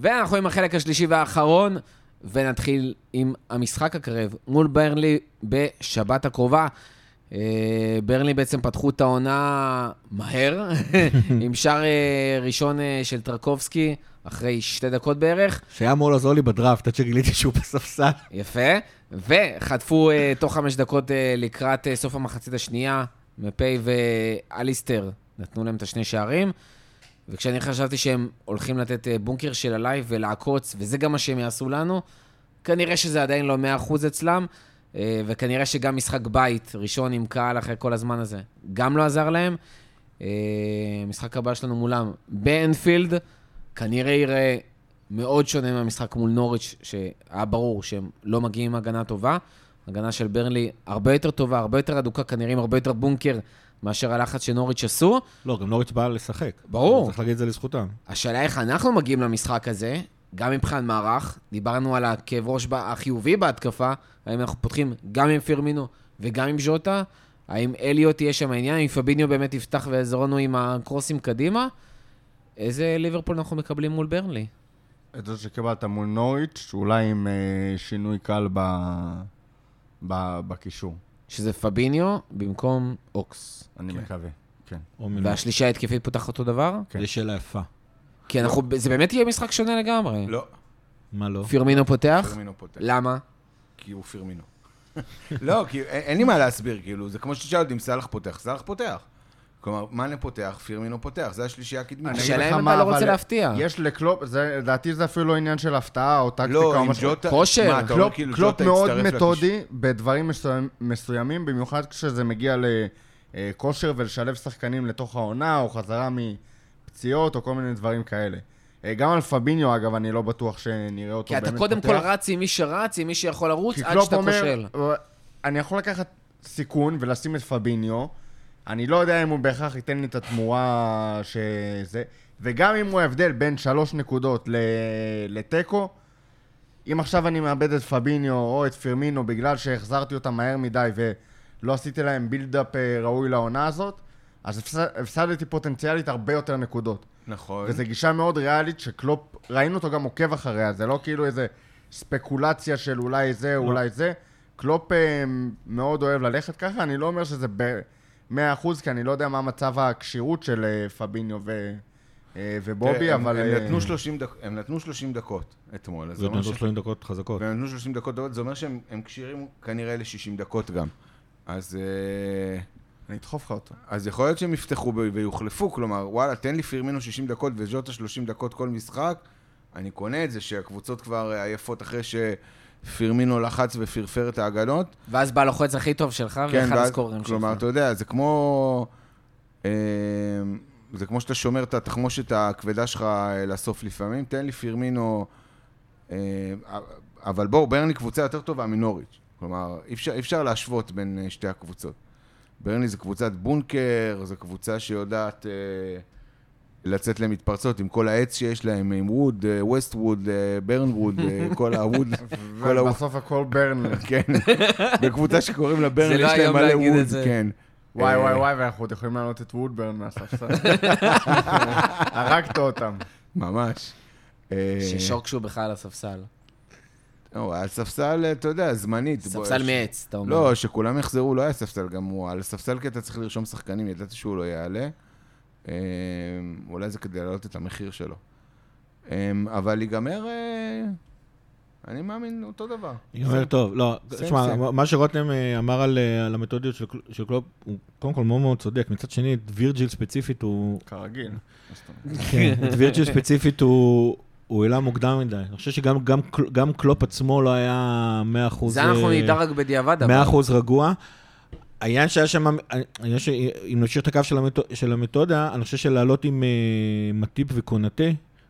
ואנחנו עם החלק השלישי והאחרון, ונתחיל עם המשחק הקרב מול ברנלי בשבת הקרובה. אה, ברנלי בעצם פתחו את העונה מהר, עם שער אה, ראשון אה, של טרקובסקי, אחרי שתי דקות בערך. שהיה אמור לעזור לי בדראפט, עד שגיליתי שהוא בספסל. יפה. וחטפו אה, תוך חמש דקות אה, לקראת אה, סוף המחצית השנייה, מ"פ ואליסטר נתנו להם את השני שערים. וכשאני חשבתי שהם הולכים לתת אה, בונקר של הלייב ולעקוץ, וזה גם מה שהם יעשו לנו, כנראה שזה עדיין לא 100% אצלם, אה, וכנראה שגם משחק בית ראשון עם קהל אחרי כל הזמן הזה, גם לא עזר להם. אה, המשחק הבא שלנו מולם באנפילד, כנראה יראה מאוד שונה מהמשחק מול נוריץ', שהיה ברור שהם לא מגיעים עם הגנה טובה. הגנה של ברנלי הרבה יותר טובה, הרבה יותר אדוקה, כנראה עם הרבה יותר בונקר מאשר הלחץ שנוריץ' עשו. לא, גם נוריץ' בא לשחק. ברור. צריך להגיד את זה לזכותם. השאלה איך אנחנו מגיעים למשחק הזה, גם מבחינת מערך, דיברנו על הכאב ראש ב- החיובי בהתקפה, האם אנחנו פותחים גם עם פירמינו וגם עם ז'וטה, האם אליוט יהיה שם העניין, אם פביניו באמת יפתח ויעזור לנו עם הקרוסים קדימה, איזה ליברפול אנחנו מקבלים מול ברנלי? את זה שקיבלת מול נוריץ', אולי עם אה, שינוי קל ב... ב... בקישור. שזה פביניו במקום אוקס. אני מקווה, כן. או לא. מילואים. והשלישה ההתקפית פותחת אותו דבר? כן. זו שאלה יפה. כי אנחנו, זה באמת יהיה משחק שונה לגמרי. לא, מה לא? פירמינו פותח? פירמינו פותח. למה? כי הוא פירמינו. לא, כי א- אין לי מה להסביר, כאילו, זה כמו שתשאל אותי אם סאלח פותח, סאלח פותח. כלומר, מאנה פותח, פירמינו פותח, זה השלישייה הקדמית. כאילו, אני אגיד השאלה לך אם מה, אתה לא רוצה אבל להפתיע. יש לקלופ, זה- לדעתי זה אפילו לא עניין של הפתעה או טקטיקה לא, או עם משהו. ג'וטה... כושר. מה, אתה אומר קלופ, כאילו קלופ ג'וטה מאוד יצטרף לקישור? מתודי בדברים מסוימ, מסוימים, במיוחד כשזה מגיע לכושר ולשלב שחקנים לתוך העונה, או חזרה מפציעות, או כל מיני דברים כאלה. אה, גם על פביניו, אגב, אני לא בטוח שנראה אותו כי באמת אתה קודם פותח. כל רץ עם מי שרץ, עם מי שיכול לרוץ, כי עד קלופ שאתה כושל. "אה, אני יכול לקחת סיכון ולשים את פביניו, אני לא יודע אם הוא בהכרח ייתן לי את התמורה שזה, וגם אם הוא ההבדל בין שלוש נקודות ל- לתיקו, אם עכשיו אני מאבד את פביניו או את פירמינו בגלל שהחזרתי אותם מהר מדי ולא עשיתי להם בילדאפ אה, ראוי לעונה הזאת, אז הפס- הפסדתי פוטנציאלית הרבה יותר נקודות. נכון. וזו גישה מאוד ריאלית שקלופ, ראינו אותו גם עוקב אחריה, זה לא כאילו איזה ספקולציה של אולי לא. זה, אולי זה. קלופ אה, מאוד אוהב ללכת ככה, אני לא אומר שזה ב-100%, כי אני לא יודע מה מצב הכשירות של אה, פביניו ו... אה, ובובי, תראה, כן, הם- אבל... הם אה, נתנו 30 דק- הם נתנו 30 דקות אתמול, אז זה זה אומר נתנו ש... 30 דקות חזקות. והם נתנו 30 דקות, דקות, זה אומר שהם הם כשירים כנראה ל-60 דקות גם. אז... אה, אני אדחוף לך אותו. אז יכול להיות שהם יפתחו ב- ויוחלפו, כלומר, וואלה, תן לי פירמינו 60 דקות וז'וטה 30 דקות כל משחק, אני קונה את זה שהקבוצות כבר אה, עייפות אחרי שפירמינו לחץ ופרפר את ההגנות. ואז בא לוחץ הכי טוב שלך, ואחד כן, ואז- הסקוררים שלך. כלומר, אתה יודע, זה כמו... אה, זה כמו שאתה שומר את התחמושת הכבדה שלך אה, לסוף לפעמים, תן לי פירמינו... אה, אבל בואו, ברני קבוצה יותר טובה מנוריץ'. כלומר, אי אפשר, אי אפשר להשוות בין אה, שתי הקבוצות. ברני זה קבוצת בונקר, זו קבוצה שיודעת אה, לצאת למתפרצות עם כל העץ שיש להם, עם ווד, אה, ווסט ווד, אה, ברן ווד, אה, כל הווד, כל הווד. ובסוף הכל ברנלי. כן, בקבוצה שקוראים לה ברן, זה יש לא להם היום מלא להגיד את ווד, זה. כן. וואי אה, וואי וואי, ואנחנו עוד יכולים לעלות את וודברן מהספסל. הרגת אותם. ממש. אה, ששוק שהוא בכלל על הספסל. לא, היה ספסל, אתה יודע, זמנית. בוא, ספסל אה, ש- מעץ, אתה אומר. לא, שכולם יחזרו, לא היה ספסל גם הוא. על הספסל כי אתה צריך לרשום שחקנים, ידעתי שהוא לא יעלה. אה, אולי זה כדי להעלות את המחיר שלו. אה, אבל ייגמר, אה, אני מאמין, אותו דבר. ייגמר טוב, לא, סיים, תשמע, סיים. מה שרותם אה, אמר על, אה, על המתודיות של, קל- של קלופ, הוא קודם כל מאוד מאוד צודק. מצד שני, את וירג'יל ספציפית הוא... כרגיל. כן, את וירג'יל ספציפית הוא... הוא העלה מוקדם מדי. אני חושב שגם גם, קל- גם קלופ עצמו לא היה 100 אחוז... אה, זה אנחנו נדע רק בדיעבד, אבל. מאה אחוז רגוע. העניין שהיה שם, העניין שאם נמשיך את הקו של, המתו, של המתודה, אני חושב שלעלות עם uh, מטיפ וקונטה,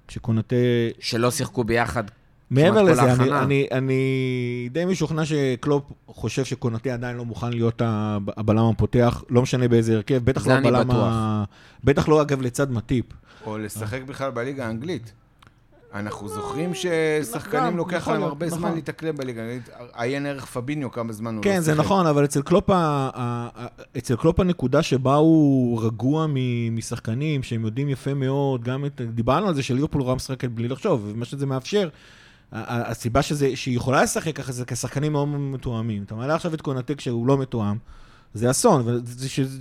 כשקונטה... שלא שיחקו ביחד. מעבר כל לזה, אני, ההכנה. אני, אני די משוכנע שקלופ חושב שקונטה עדיין לא מוכן להיות הב- הבלם הפותח, לא משנה באיזה הרכב, בטח זה לא אני הבלם בטוח. ה... בטח לא, אגב, לצד מטיפ. או לשחק בכלל בליגה האנגלית. אנחנו אה, זוכרים ששחקנים נכון, לוקח יכול להם להיות, הרבה נכון. זמן להתאקלם בליגה. נגיד, עיין ערך פביניו כמה זמן הוא לא כן, זה שיחק. נכון, אבל אצל קלופ, ה- ה- ה- אצל קלופ הנקודה שבה הוא רגוע מ- משחקנים, שהם יודעים יפה מאוד, גם את... דיברנו על זה שליברפול רואה משחקת בלי לחשוב, ומה שזה מאפשר, ה- ה- הסיבה שזה, שהיא יכולה לשחק ככה זה כי השחקנים מאוד מאוד מתואמים. אתה מעלה עכשיו את קונטה כשהוא לא מתואם, זה אסון,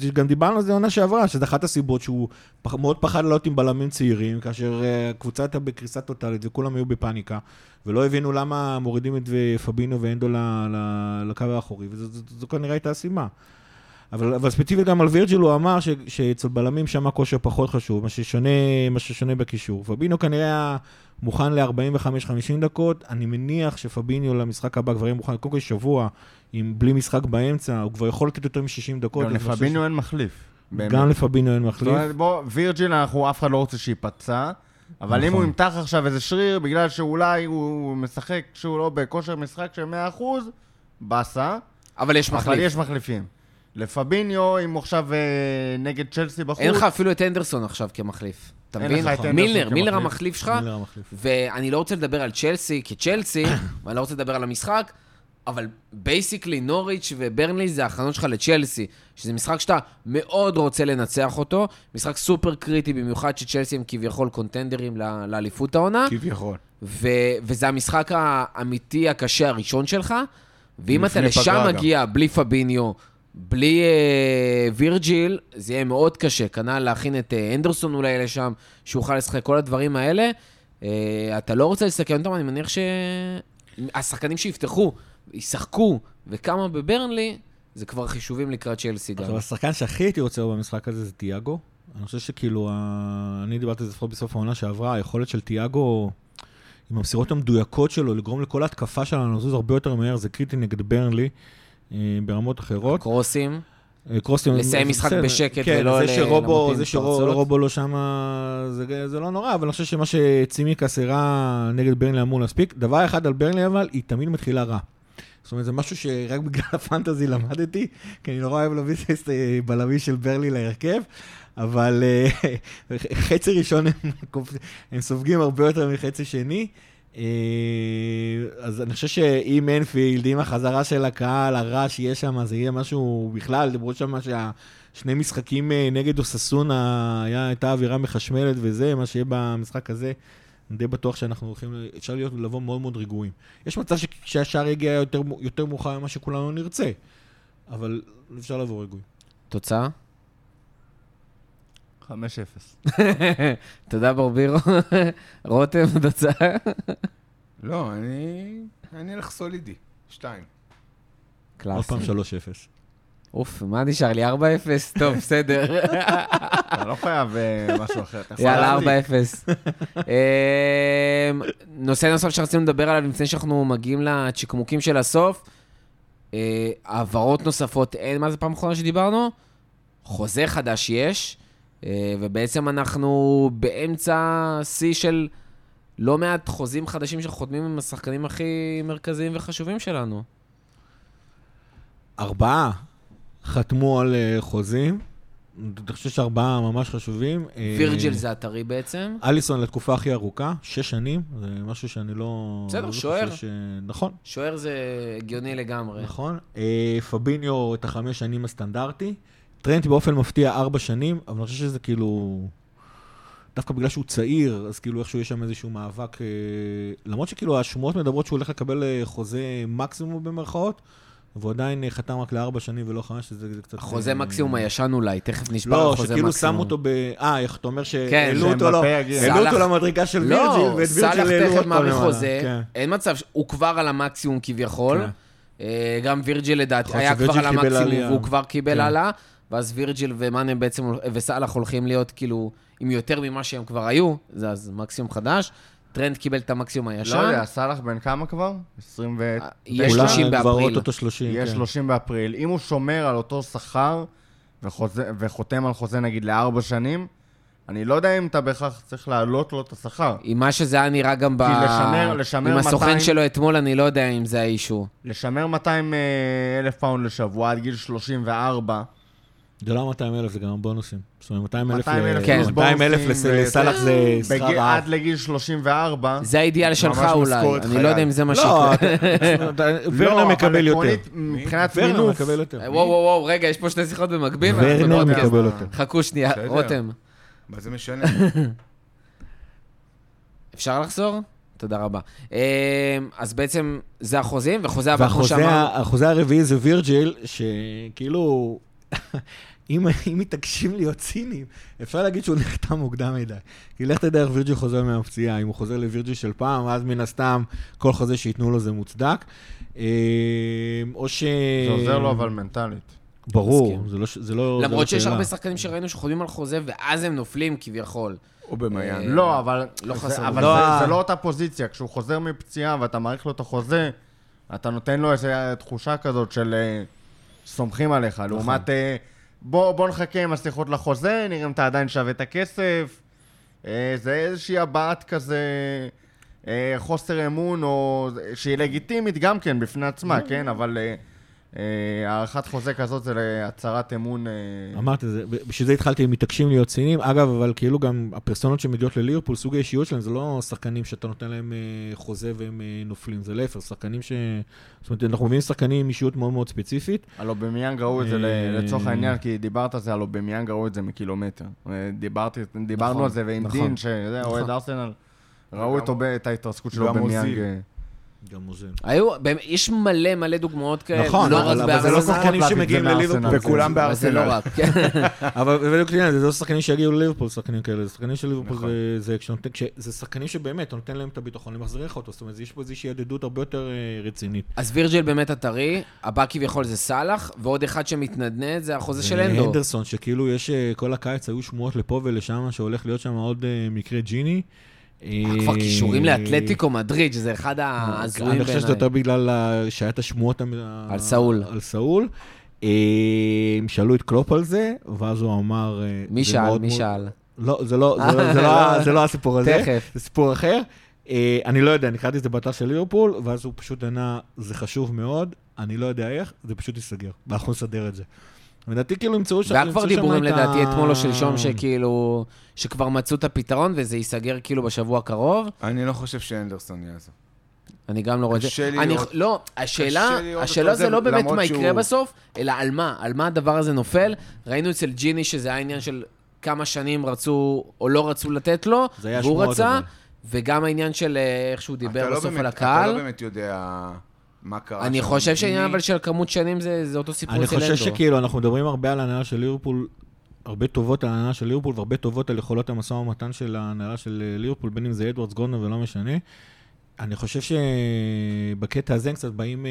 וגם דיברנו על זה עונה שעברה, שזו אחת הסיבות שהוא פח, מאוד פחד לעלות עם בלמים צעירים, כאשר אה, הקבוצה הייתה בקריסה טוטאלית וכולם היו בפאניקה, ולא הבינו למה מורידים את אה, פבינו ואנדו ל, ל, לקו האחורי, וזו זו, זו כנראה הייתה הסיבה. אבל, אבל ספציפית גם על וירג'יל הוא אמר ש, שאצל בלמים שם הכושר פחות חשוב, מה ששונה, מה ששונה בקישור. פבינו כנראה היה מוכן ל-45-50 דקות, אני מניח שפביניו למשחק הבא כבר יהיה מוכן, קודם כל שבוע, עם, בלי משחק באמצע, הוא כבר יכול לתת יותר מ-60 דקות. גם אני חושב לפביניו אין מחליף. באמת. גם לפבינו אין זאת מחליף. אומרת, בוא, וירג'יל, אנחנו, אף אחד לא רוצה שייפצע, אבל אם נכון. הוא ימתח עכשיו איזה שריר, בגלל שאולי הוא משחק כשהוא לא בכושר משחק של 100%, באסה, אבל יש אבל מחליף. יש מחליפים. לפביניו, אם הוא עכשיו אה, נגד צ'לסי בחוץ, אין לך אפילו את הנדרסון עכשיו כמחליף. אתה אין מבין? נכון. לך את הנדרסון מילנר, כמחליף. מילנר המחליף שלך, מילר המחליף. ואני לא רוצה לדבר על צ'לסי כצ'לסי, ואני לא רוצה לדבר על המשחק, אבל בייסיקלי נוריץ' וברנלי זה ההכנות שלך לצ'לסי, שזה משחק שאתה מאוד רוצה לנצח אותו, משחק סופר קריטי, במיוחד שצ'לסי הם כביכול קונטנדרים ל- לאליפות העונה, כביכול. ו- וזה המשחק האמיתי הקשה הראשון שלך, ואם אתה לשם לפני פגרה גם. מגיע בלי פביניו, בלי אה, וירג'יל, זה יהיה מאוד קשה. כנ"ל להכין את אה, אנדרסון אולי לשם, שיוכל לשחק כל הדברים האלה. אה, אתה לא רוצה לסכן אותם, אני מניח שהשחקנים שיפתחו, ישחקו, וכמה בברנלי, זה כבר חישובים לקראת צ'לסי גם. עכשיו, השחקן שהכי הייתי רוצה בו במשחק הזה זה תיאגו. אני חושב שכאילו, ה- אני דיברתי על זה לפחות בסוף העונה שעברה, היכולת של תיאגו, עם המסירות המדויקות שלו, לגרום לכל ההתקפה שלנו לזוז הרבה יותר מהר, זה קריטי נגד ברנלי. אה, ברמות אחרות. קרוסים, אה, קרוסים... לסיים זה משחק בסדר. בשקט כן, ולא זה ל- שרובו, למות עם זה פרצות. שרובו לא שם, זה- זה לא נורא, אבל אני חושב שמה שצימקס הראה נגד ברנלי אמור להספיק. דבר אחד על ברנלי, אבל היא תמיד מתחילה רע. זאת אומרת, זה משהו שרק בגלל הפנטזי למדתי, כי אני נורא אוהב להביא את הבלמי של ברלי להרכב, אבל אה, חצי ראשון הם, קופ- הם סופגים הרבה יותר מחצי שני. אה, אז אני חושב שעם אנפילד, עם החזרה של הקהל, הרעש שיהיה שם, זה יהיה משהו בכלל, למרות שמה שהשני משחקים אה, נגד אוססונה, היה- הייתה אווירה מחשמלת וזה, מה שיהיה במשחק הזה. אני די בטוח שאנחנו הולכים, ל- אפשר להיות, לבוא מאוד מאוד רגועים. יש מצב ש- שהשער יגיע יותר, מו- יותר מאוחר ממה שכולנו נרצה, אבל אפשר לבוא רגועים. תוצאה? 5-0. תודה ברבירו. רותם, תוצאה? לא, אני... אני אלך סולידי. שתיים. עוד קלאסי. פעם 3-0. אוף, מה נשאר לי? 4-0? טוב, בסדר. אתה לא חייב אה, משהו אחר. אתה יכול יאללה, להחליף. 4-0. אמ, נושא נוסף שרצינו לדבר עליו לפני שאנחנו מגיעים לצ'קמוקים של הסוף, אה, העברות נוספות אין, מה זה פעם אחרונה שדיברנו? חוזה חדש יש, אה, ובעצם אנחנו באמצע שיא של לא מעט חוזים חדשים שאנחנו חותמים עם השחקנים הכי מרכזיים וחשובים שלנו. ארבעה חתמו על אה, חוזים, אני חושב שארבעה ממש חשובים. אה, וירג'יל זה הטרי בעצם. אליסון לתקופה הכי ארוכה, שש שנים, זה משהו שאני לא... בסדר, לא חושב שוער. ש... נכון, שוער זה הגיוני לגמרי. נכון. אה, פביניו את החמש שנים הסטנדרטי. טרנט באופן מפתיע ארבע שנים, אבל אני חושב שזה כאילו... דווקא בגלל שהוא צעיר, אז כאילו איכשהו יש שם איזשהו מאבק. אה, למרות שכאילו השמועות מדברות שהוא הולך לקבל אה, חוזה מקסימום במרכאות, והוא עדיין אה, חתם רק לארבע שנים ולא חמש, שזה זה קצת... חוזה אה, מקסימום הישן אולי, תכף נשבר על לא, חוזה מקסימום. שכאילו שם אותו ב... אה, איך אתה אומר שהעלו כן, אותו, לא, שמבפה יגיע. העלו אותו סאלח- למדרגה של וירג'יל, לא, ואת סאלח וירג'יל העלו תכף עוד פעם מעריך למעלה. חוזה, כן. אין מצב, ש- הוא כבר על המקסימום כביכול. כן. אה, גם וירג'יל לדעתי יכול היה להיות כבר על שווירג'יל קיבל המקסימום עלייה. והוא כבר קיבל כן. העלאה, ואז וירג'יל ומאנה בעצם, הול- וסאלח הולכים להיות כאילו עם יותר ממה שהם כבר היו, זה אז מקסימום חדש. טרנד קיבל את המקסימום לא הישן. יודע, סאלח בן כמה כבר? 20 ו... יש כולם 30 כבר באפריל. אוטוטו 30, יהיה כן. 30 באפריל. אם הוא שומר על אותו שכר וחוזה- וחותם על חוזה נגיד לארבע שנים, אני לא יודע אם אתה בהכרח צריך להעלות לו את השכר. עם מה שזה היה נראה גם ב... כי לשמר- לשמר עם הסוכן 200 שלו אתמול, אני לא יודע אם זה האישו. לשמר 200 אה, אלף פאונד לשבוע עד גיל 34, זה לא 200 אלף, זה גם הבונוסים. זאת אומרת, 200 אלף 200,000 כן. ל- 200 אלף בונוסים, לס- לסלאח זה בגיל- שכר רעב. לא, עד לגיל 34. זה האידיאל שלך ממש אולי, משכורת אני חייל. לא יודע אם זה מה לא, שיקרה. אתה- לא, ורנר אבל מקבל יותר. עקרונית, מבחינת ורנר מינוף, מקבל יותר. אה, וואו, וואו, וואו, רגע, יש פה שתי שיחות במקביל. ואנחנו אה, ורנר בפודקאסט. מקבל יותר. חכו שנייה, בסדר. רותם, מה זה משנה? אפשר לחזור? תודה רבה. אה, אז בעצם זה החוזים, וחוזה הבא, כמו והחוזה שאמרנו, ה- החוזה הרביעי זה וירג'יל, שכאילו, אם אם מתעקשים להיות ציניים, אפשר להגיד שהוא נחתם מוקדם מדי. כי לך תדע איך וירג'יל חוזר מהפציעה, אם הוא חוזר לווירג'יל של פעם, אז מן הסתם כל חוזה שייתנו לו זה מוצדק. אה, או ש... זה עוזר אה, לו אבל מנטלית. ברור, מסכים. זה לא ש- זה לא... זה לא למרות שיש שאלה. הרבה שחקנים שראינו שחותמים על חוזה, ואז הם נופלים כביכול. או במיאן. לא, אבל אה, לא זה- חסר. אבל לא, זה- אה. זה לא אותה פוזיציה. כשהוא חוזר מפציעה ואתה מעריך לו את החוזה, אתה נותן לו איזו תחושה כזאת של אה, סומכים עליך. נכון. לעומת, אה, בוא בוא נחכה עם השיחות לחוזה, נראה אם אתה עדיין שווה את הכסף. אה, זה איזושהי הבעת כזה אה, חוסר אמון, או שהיא לגיטימית גם כן בפני עצמה, כן? אבל אה, אה, הארכת חוזה כזאת זה להצהרת אמון. אה, אמרת, זה- בשביל זה התחלתי עם מתעקשים להיות ציניים. אגב, אבל כאילו גם הפרסונות שמגיעות לליברפול, סוג האישיות שלהם, זה לא שחקנים שאתה נותן להם אה, חוזה והם אה, נופלים, זה להפך, שחקנים ש... זאת אומרת, אנחנו מביאים שחקנים עם אישיות מאוד מאוד ספציפית. על אובמיאנג ראו את זה אה, ל- לצורך העניין, כי דיברת על זה, על אובמיאנג ראו את זה מקילומטר. אה, דיברתי, נכון, דיברנו על זה, ועם נכון. דין, שזה אוהד ארסנל, ראו וגם- את אוב- את ההתרסקות של גם אובמיאנג. אוזיל. אה, גם מוזל. היו, באמת, יש מלא מלא דוגמאות כאלה, נכון, לא אבל- רק אבל זה לא בארסנל, שחקנים להביא את זה שמגיעים מארסנל. לליברפול. וכולם אבל זה לא בארסנל. רק, כן. אבל בדיוק העניין, זה לא שחקנים שיגיעו לליברפול, שחקנים כאלה, זה שחקנים של ליברפול, זה- זה כשנותן- כש- זה שחקנים שבאמת, אתה נותן להם את הביטחון, הם מחזירים לך אותו, זאת אומרת, יש פה איזושהי ידידות הרבה יותר אה, רצינית. אז וירג'יל באמת הטרי, הבא כביכול זה סאלח, ועוד אחד שמתנדנד זה החוזה של אנדו. הנדרסון, שכאילו יש, אה, כל הקיץ היו שמועות לפה ולשם, שהולך להיות שם עוד אה, מקרה ג'יני. אה, כבר כישורים לאתלטיקו מדריד, שזה אחד ההזויים אוקיי. אני בעיניי. חושב שזה יותר בגלל ה- שהיה את השמועות המ- ה- על סאול. על סאול. אה, הם שאלו את קלופ על זה, ואז הוא אמר... אה, מי זה שאל? מאוד מי מאוד- שאל? לא, זה לא, זה לא- זה לא ה- זה לא הסיפור הזה. אה, תכף. זה סיפור אחר. אה, אני לא יודע, אני קראתי את זה באתר של ליברפול, ואז הוא פשוט ענה, זה חשוב מאוד, אני לא יודע איך, זה פשוט ייסגר, ואנחנו נסדר את זה. לדעתי כאילו ימצאו שם... והיה ימצאו כבר שם דיבורים את ה- לדעתי אתמול או שלשום, שכאילו, שכבר מצאו את הפתרון וזה ייסגר כאילו בשבוע הקרוב. אני לא חושב שאנדרסון יעזוב. אני גם לא רואה את זה. קשה לי אני- לראות- לא, השאלה, קשה לי לראות השאלה אותו זה עוזב, לא באמת למרות מה יקרה שהוא- בסוף, אלא על מה, על מה הדבר הזה נופל. ראינו אצל ג'יני שזה היה עניין של כמה שנים רצו או לא רצו לתת לו, זה היה והוא שמועות, רצה, אבל. וגם העניין של אה, איך שהוא דיבר אתה לא בסוף באמת- על אתה לא הקהל. באמת יודע מה קרה. אני שם. חושב שהעניין מי- אבל של כמות שנים זה זה אותו סיפור אני אצל אנדו. חושב שכאילו, אנחנו מדברים הרבה על ההנהלה של ליברפול, הרבה טובות על ההנהלה של ליברפול, והרבה טובות על יכולות המשא ומתן של ההנהלה של אה, ליברפול, בין אם זה אדוארדס גורדון ולא משנה. אני חושב שבקטע הזה הם קצת באים... אה,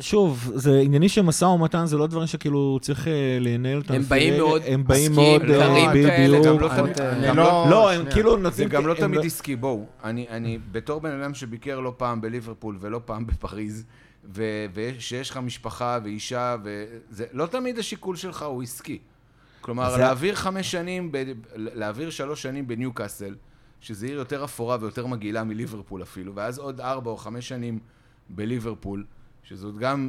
שוב, זה עניינים של משא ומתן, זה לא דברים שכאילו צריך אה, לנהל אותם. הם לפי באים רגע. מאוד הם באים עסקיים, מאוד... אה, קרים לא, כאלה, בדיוק. זה גם לא בדיוק. תמיד- אני גם לא- לא- לא, הם שנייה. כאילו זה נותנים... גם לא הם תמיד עסקי, בואו, אני, אני בתור בן אדם שביקר לא פעם בליברפול ולא פעם בפריז, ו- ושיש לך משפחה ואישה, וזה לא תמיד השיקול שלך הוא עסקי. כלומר, אז זה... זה- להעביר חמש שנים, ב- להעביר שלוש שנים בניוקאסל, שזו עיר יותר אפורה ויותר מגעילה מליברפול אפילו, ואז עוד ארבע או חמש שנים בליברפול, שזאת גם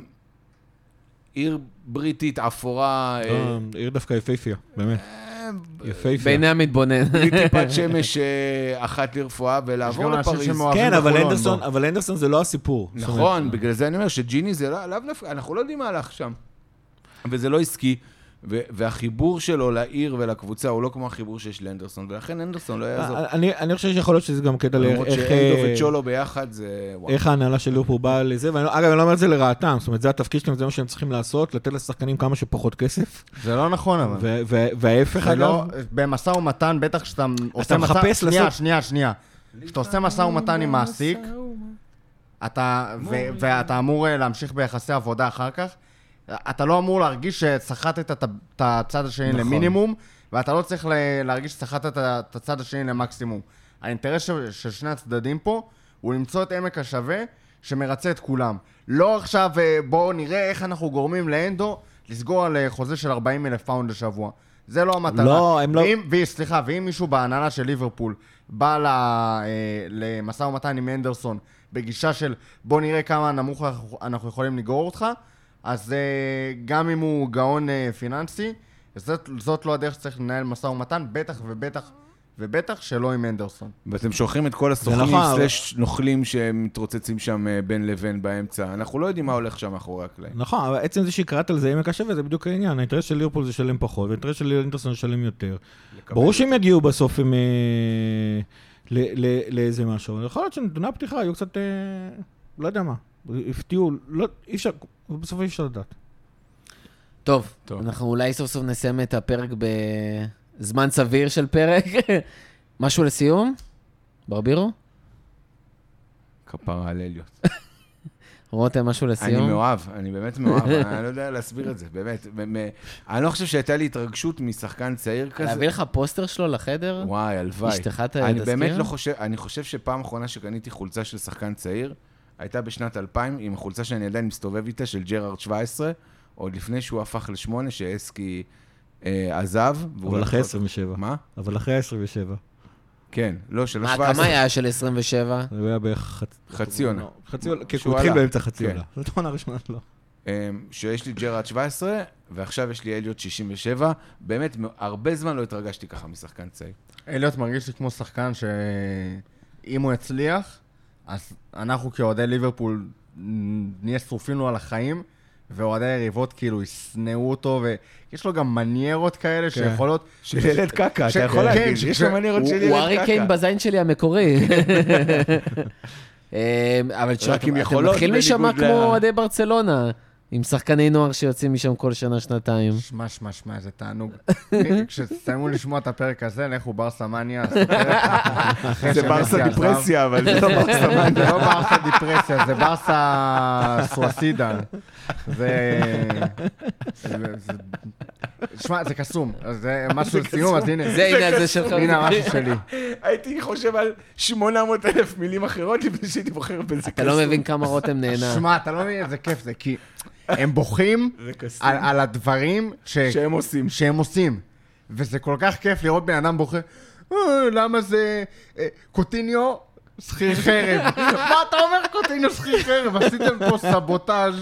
עיר בריטית אפורה, אה, לא, עיר דווקא יפהפייה, באמת. יפהפייה. בעיני המתבונן. בלי טיפת שמש אה, אחת לרפואה, יש גם ולעבור אנשים לפריז. שמאוהבים כן, אבל בחולון, אנדרסון, בוא. אבל אנדרסון זה לא הסיפור. זאת אומרת, נכון, בגלל זה אני אומר שג'יני זה לא- לאו דווקא, אנחנו לא יודעים מה הלך שם. וזה לא עסקי, ו- והחיבור שלו לעיר ולקבוצה הוא לא כמו החיבור שיש לאנדרסון, ולכן אנדרסון לא יעזור. אני, אני חושב שיכול להיות שזה גם קטע למרות לאיך שאנדו וצ'ולו ביחד זה... וואו. אה, איך ההנהלה של ליברפול באה לזה, ואגב, אני לא אומר את זה לרעתם, זאת אומרת, זה התפקיד שלהם, זה מה שהם צריכים לעשות, לתת לשחקנים כמה שפחות כסף, זה לא נכון, אבל. ו- ו- וההפך, זה אגב. לא, במשא ומתן, בטח כשאתה עושה משא... מחפש שנייה, לעשות- שנייה, שנייה. כשאתה עושה משא ומתן עם מעסיק, אתה... ו- ואתה אמור אה, להמשיך ביחסי עבודה אחר כך, אתה לא אמור להרגיש שסחטת את ה- את הצד נכון. השני למינימום, ואתה לא צריך ל- להרגיש שסחטת את ה- את הצד השני למקסימום. האינטרס של- של שני הצדדים פה הוא למצוא את עמק השווה שמרצה את כולם. לא עכשיו אה, בואו נראה איך אנחנו גורמים לאנדו לסגור על אה, חוזה של 40 אלף פאונד לשבוע. זה לא המטרה. לא, הם לא- ואם, ו- סליחה, ואם מישהו בהנהלה של ליברפול בא ל, אה, למשא ומתן עם אנדרסון בגישה של בוא נראה כמה נמוך אנחנו- אנחנו יכולים לגרור אותך, אז אה, גם אם הוא גאון אה, פיננסי, זאת, זאת לא הדרך שצריך לנהל משא ומתן, בטח ובטח ובטח שלא עם אנדרסון. ואתם שולחים את כל הסוכנים נכון, אבל- סלש נוכלים שמתרוצצים שם אה, בין לבין באמצע. אנחנו לא יודעים מה הולך שם מאחורי הקלעים. נכון, אבל עצם זה שקראת על זה עמק השווה, זה בדיוק העניין. האינטרס של ליברפול זה לשלם פחות, והאינטרס של אינטרסון לשלם יותר. ברור שהם יגיעו בסוף עם... אה, ל- ל- לאיזה משהו. אבל יכול להיות שנתוני הפתיחה היו קצת... אה, לא יודע מה. הפתיעו, לא, אי אפשר, בסוף אי אפשר לדעת. טוב, טוב. אנחנו אולי סוף סוף נסיים את הפרק בזמן סביר של פרק. משהו לסיום? ברבירו? כפרה על אליוט. רותם, משהו אני לסיום? מאוהב, אני באמת מאוהב, אני לא יודע להסביר את זה, באמת. מ- מ- אני לא חושב שהייתה לי התרגשות משחקן צעיר כזה. להביא לך פוסטר שלו לחדר? וואי, הלוואי. אשתך ת- אני תזכיר? באמת לא חושב, אני חושב שפעם אחרונה שקניתי חולצה של שחקן צעיר, הייתה בשנת 2000, עם החולצה שאני עדיין מסתובב איתה, של ג'רארד 17, עוד לפני שהוא הפך לשמונה, שאסקי אה, עזב. והוא אבל לקח אחרי אותו- 27. מה? אבל אחרי 27. כן, לא, של מה, ה-17. כמה היה של 27? זה היה בערך חצי... חצי עונה. לא, חצי עונה, כן, כי שהוא הוא התחיל עלה. באמצע חצי כן. עונה. זאת העונה הראשונה שלו. אמ, שיש לי ג'רארד 17, ועכשיו יש לי אליוט 67. באמת, מ- הרבה זמן לא התרגשתי ככה משחקן צעיר. אליוט מרגיש לי כמו שחקן שאם הוא יצליח, אז אנחנו כאוהדי ליברפול נהיה שרופים לו על החיים, ואוהדי היריבות כאילו ישנאו אותו, ויש לו גם מניירות כאלה כן. שיכולות... של ילד קקה, ש- כן, ש- ש- מניירות הוא- הוא הארי קיין בזין שלי המקורי. אה, אבל תשמע, רק עם אתם- אתם יכולות, מתחילים להישמע בניגוד כמו ל- אוהדי ברצלונה, עם שחקני נוער שיוצאים משם כל שנה-שנתיים. שמע, שמע, שמע, איזה תענוג. כשתסיימו לשמוע את הפרק הזה, לכו ברסה מניה. אז הפרק אחרי זה ברסה כן, שמסי עזב. דיפרסיה, אבל זה לא ברסה מניה. זה לא ברסה דיפרסיה, זה ברסה סואסידה. זה... זה- זה- שמע, זה קסום. אז זה משהו לסיום, אז הנה. זה הנה זה שלך. הנה המשהו שלי. הייתי חושב על 800 אלף מילים אחרות לפני שהייתי בוחר בזה אתה לא מבין כמה רותם נהנה. שמע, אתה לא מבין איזה כיף זה, כי הם בוכים זה קסום. על על הדברים ש- שהם עושים. שהם עושים. וזה כל כך כיף לראות בן אדם בוכה, "אה, למה זה... אה, קוטיניו שכיר חרב. מה אתה אומר קוטיניו שכיר חרב? עשיתם פה סבוטאז'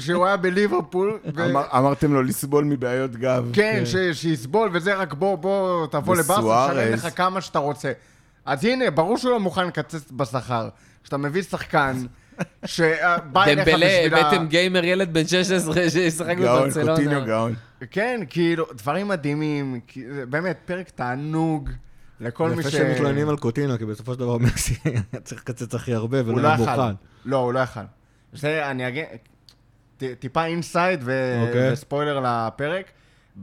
שהוא היה בליברפול. ו- אמר- אמרתם לו לסבול מבעיות גב. כן, ש- שיסבול וזה, רק בוא, בוא, תבוא לברסה, וסוארז. שלם לך כמה שאתה רוצה. אז הנה, ברור שהוא לא מוכן לקצץ בשכר. כשאתה מביא שחקן שבא אליך דמבלה, בשביל ה... הבאתם גיימר ילד בן 16 שישחק גאון, בברצלונה. קוטיניו גאון. כן, כאילו, דברים מדהימים. כי- זה באמת, פרק תענוג לכל מי יפה ש... שהם מתלוננים על קוטינו, כי בסופו של דבר מסי היה צריך לקצץ הכי הרבה, הוא ולא לא היה יכל. מוכן. לא, הוא לא יכל. זה, אני אגיד, ט- טיפה אינסייד ו- אוקיי. וספוילר לפרק,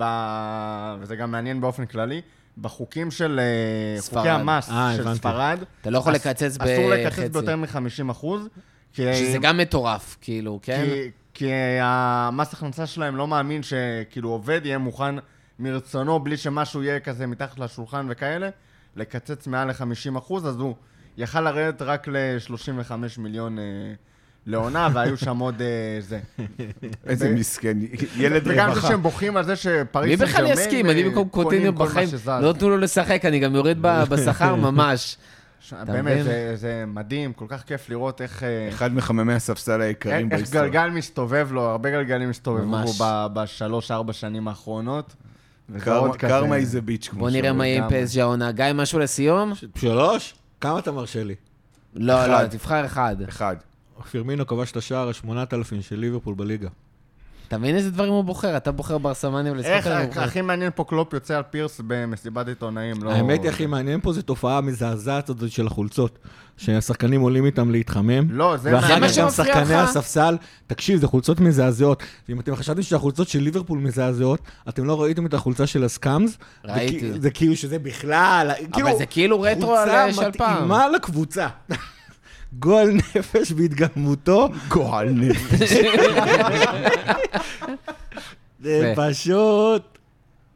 ב- וזה גם מעניין באופן כללי, בחוקים של... אה, ספרד. חוקי המס אה, של הבנתי. ספרד. אתה לא יכול אס- לקצץ אסור בחצי. לקצץ ביותר מ-50 אחוז. שזה גם מטורף, כאילו, כן? כי, כי אה, המס הכנסה שלהם לא מאמין שכאילו עובד יהיה מוכן מרצונו, בלי שמשהו יהיה כזה מתחת לשולחן וכאלה, לקצץ מעל ל-50 אחוז, אז הוא יכל לרדת רק ל-35 מיליון אה, לעונה, והיו שם עוד אה, זה. איזה מסכן, ילד וגם זה רווחה. שהם בוכים על זה שפריס מי סן בכלל ג'רמן, יסכים? אה, אני במקום קונים קוטיניו כל מה בחיים, שזז. לא נתנו לו לשחק, אני גם יורד ב- בשכר ממש. ש- אתה מבין? באמת, זה- זה מדהים, כל כך כיף לראות איך... אה, אחד מחממי הספסל היקרים איך- איך בהיסטוריה. גלגל מסתובב לו, הרבה גלגלים הסתובבו ממש. בו ב- בשלוש-ארבע שנים האחרונות. וזה קרמה- עוד כזה- קרמה איזה ביץ', כמו בוא נראה מה שאומרים. יהיה עם לגמרי. פסג' העונה. גיא, משהו לסיום? שלוש? כמה אתה מרשה לי? לא, לא, אחד. תבחר אחד. אחד. פירמינו כבש את השער ה-8,000 של ליברפול בליגה. אתה מבין איזה דברים הוא בוחר? אתה בוחר ברסמניה ולשחק איך עליו. הוא בוחר. הכי מעניין פה קלופ יוצא על פירס במסיבת עיתונאים, לא... האמת היא, הכי מעניין פה זה תופעה המזעזעת הזאת של החולצות, שהשחקנים עולים איתם להתחמם. לא, זה ואחר מה כך גם שמפריע שחקני לך? הספסל, תקשיב, זה חולצות מזעזעות. ואם אתם חשבתם שהחולצות של ליברפול מזעזעות, אתם לא ראיתם את החולצה של הסקאמס? זה ראיתי. כאילו- זה כאילו שזה בכלל, אבל זה כאילו רטרו על אה, של חולצה פעם. מתאימה לקבוצה. גועל נפש בהתגלמותו. גועל נפש. זה יפה. פשוט...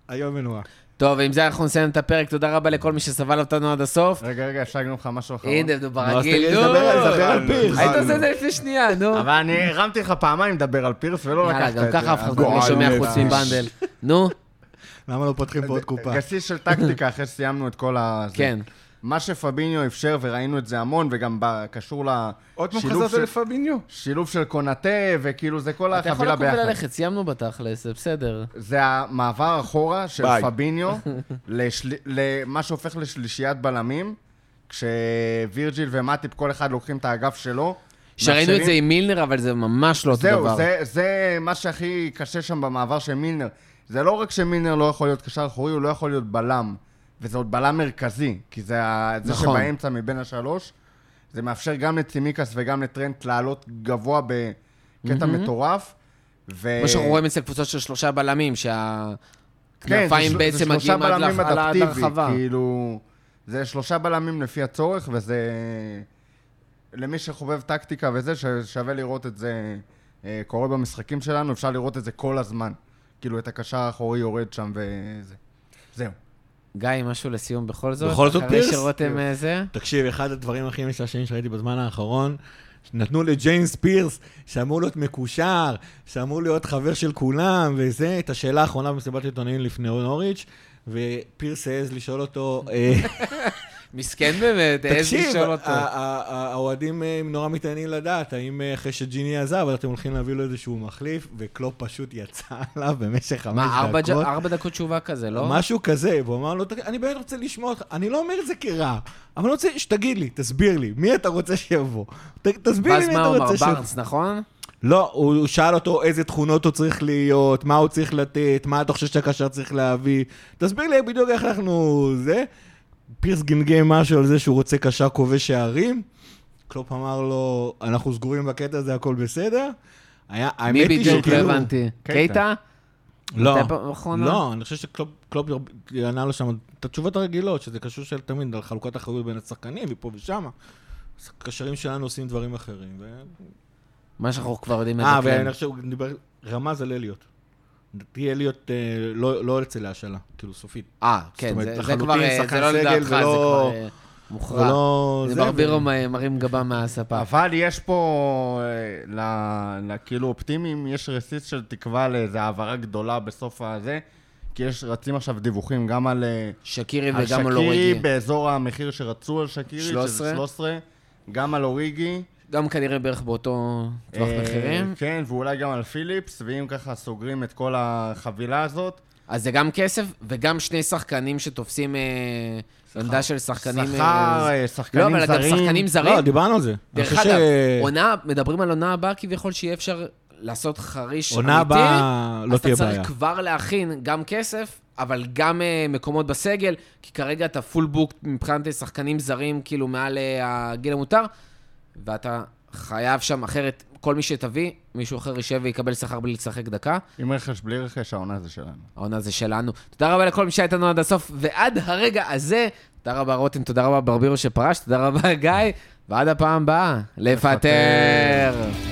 היום מנועה. טוב, עם זה אנחנו נסיים את הפרק. תודה רבה לכל מי שסבל אותנו עד הסוף. רגע, רגע, אפשר להגיד לך משהו אחרון? הנה, נו, נו, אז תגיד, ברגיל, נו. דבר על- דבר על נו. פירס. היית עושה את זה לפני שנייה, נו. אבל אני הרמתי לך פעמיים לדבר על פירס לא ולא לקחת יאללה, את זה. גם ככה אף אחד גועל לא שומע נפש. חוץ מבנדל. נו, למה לא פותחים פה עוד קופה? גסיס של טקטיקה אחרי שסיימנו את כל ה... זה. כן. מה שפביניו אפשר, וראינו את זה המון, וגם ב- קשור עוד פעם לשילוב חזרת של, לפביניו? שילוב של קונאטה, וכאילו זה כל אתה יכול החבילה לקום ביחד. וללכת, סיימנו בתכלס, זה בסדר. זה המעבר אחורה של ביי. ביי. פביניו לשל... למה שהופך לשלישיית בלמים, כשווירג'יל ומטיפ כל אחד לוקחים את האגף שלו. שראינו את מאפשרים- זה עם מילנר, אבל זה ממש לא אותו דבר. זהו, זה, זה מה שהכי קשה שם במעבר של מילנר. זה לא רק שמילנר לא יכול להיות קשר אחורי, הוא לא יכול להיות בלם. וזה עוד בלם מרכזי, כי זה, ה- זה נכון. שבאמצע מבין השלוש. זה מאפשר גם לצימיקס וגם לטרנט לעלות גבוה בקטע מטורף. ו... כמו שאנחנו רואים אצל קבוצות של שלושה בלמים, שהכנפיים כן, של- בעצם מגיעים עד לח- עד אדפטיבי, הרחבה. כאילו, זה שלושה בלמים לפי הצורך, וזה... למי שחובב טקטיקה וזה, ששווה לראות את זה אה, קורה במשחקים שלנו, אפשר לראות את זה כל הזמן. כאילו, את הקשר האחורי יורד שם וזה. זהו. גיא, משהו לסיום בכל זאת? בכל זאת, אחרי פירס? שרותם אה, זה? תקשיב, אחד הדברים הכי משעשעים שראיתי בזמן האחרון, נתנו לג'יימס פירס, שאמור להיות מקושר, שאמור להיות חבר של כולם, וזה, את השאלה האחרונה במסיבת עיתונאים לפני נוריץ', ופירס העז לשאול אותו, אה, מסכן באמת, העז תקשיב, לשאול אותו. ה- אה, ה- ה- האוהדים אה, נורא מתעניינים לדעת, האם אה, אחרי שג'יני עזב, אתם הולכים להביא לו איזשהו מחליף, וקלופ פשוט יצא עליו במשך חמש מה, ארבע דקות. ג'- ארבע דקות תשובה כזה, לא? משהו כזה, והוא אמר לו, "תק- אני באמת רוצה לשמוע אותך, אני לא אומר את זה כרע, אבל אני רוצה שתגיד לי, תסביר לי, מי אתה רוצה שיבוא? ת- תסביר לי ואז מי מה אתה הוא רוצה אמר? שיבוא. בארנס, נכון? לא, הוא הוא שאל אותו איזה תכונות הוא צריך להיות, מה הוא צריך לתת, מה אתה חושב שהקשר צריך להביא, תסביר לי בדיוק איך אנחנו... זה. פירס גמגם משהו על זה שהוא רוצה קשר כובש שערים, קלופ אמר לו, אנחנו סגורים בקטע הזה, הכל בסדר. היה, מי האמת היא כאילו- בדיוק? לא שכאילו... הבנתי. קייטה. קייטה? לא, מתי פעם אחרונה? לא, אני חושב שקלופ קלופ ענה לו שם את התשובות הרגילות, שזה קשור של תמיד על חלוקת אחריות בין השחקנים, מפה ושמה. הקשרים שלנו עושים דברים אחרים. ו... מה שאנחנו כבר יודעים אה, לדקלם. ואני חושב, הוא דיבר, רמז על אליוט. תהיה אליוט אה, לא לא אצל ההשאלה, כאילו סופית. אה, זאת כן, אומרת, זה- זה לחלוטין כבר, אה, זה שחקן לא סגל לדעתך, זה כבר ולא- אה, הוא מוכרע. לא... זה זה, ברבירו ו- מ- מרים גבה מהספה. אבל יש פה, אה, ל, ל, כאילו אופטימיים, יש רסיס של תקווה לאיזו העברה גדולה בסוף הזה, כי יש, רצים עכשיו דיווחים גם על... אה, שקירי על וגם על שקירי אוריגי. באזור המחיר שרצו על שקירי, 13. שזה 13, גם על אוריגי. גם כנראה בערך באותו טווח אה, מחירים. כן, ואולי גם על פיליפס, ואם ככה סוגרים את כל החבילה הזאת, אז זה גם כסף, וגם שני שחקנים שתופסים אה, עמדה של שחקנים... שכר, אה, אה, לא, שחקנים אבל גם זרים. שחקנים זרים. לא, דיברנו על זה. אני דרך חושב אגב, ש- עונה, מדברים על עונה הבאה כביכול שיהיה אפשר לעשות חריש אמיתי. עונה הבאה לא תהיה אז אתה בעיה. צריך כבר להכין גם כסף, אבל גם אה, מקומות בסגל, כי כרגע אתה פול בוק מבחינת אה, שחקנים זרים, כאילו מעל אה, הגיל המותר, ואתה חייב שם, אחרת כל מי שתביא, מישהו אחר יישב ויקבל שכר בלי לשחק דקה. עם רכש, בלי רכש, העונה זה שלנו. העונה זה שלנו. תודה רבה לכל מי שהיה איתנו עד הסוף, ועד הרגע הזה, תודה רבה רותם, תודה רבה ברבירו שפרש, תודה רבה גיא, ועד הפעם הבאה, לפטר.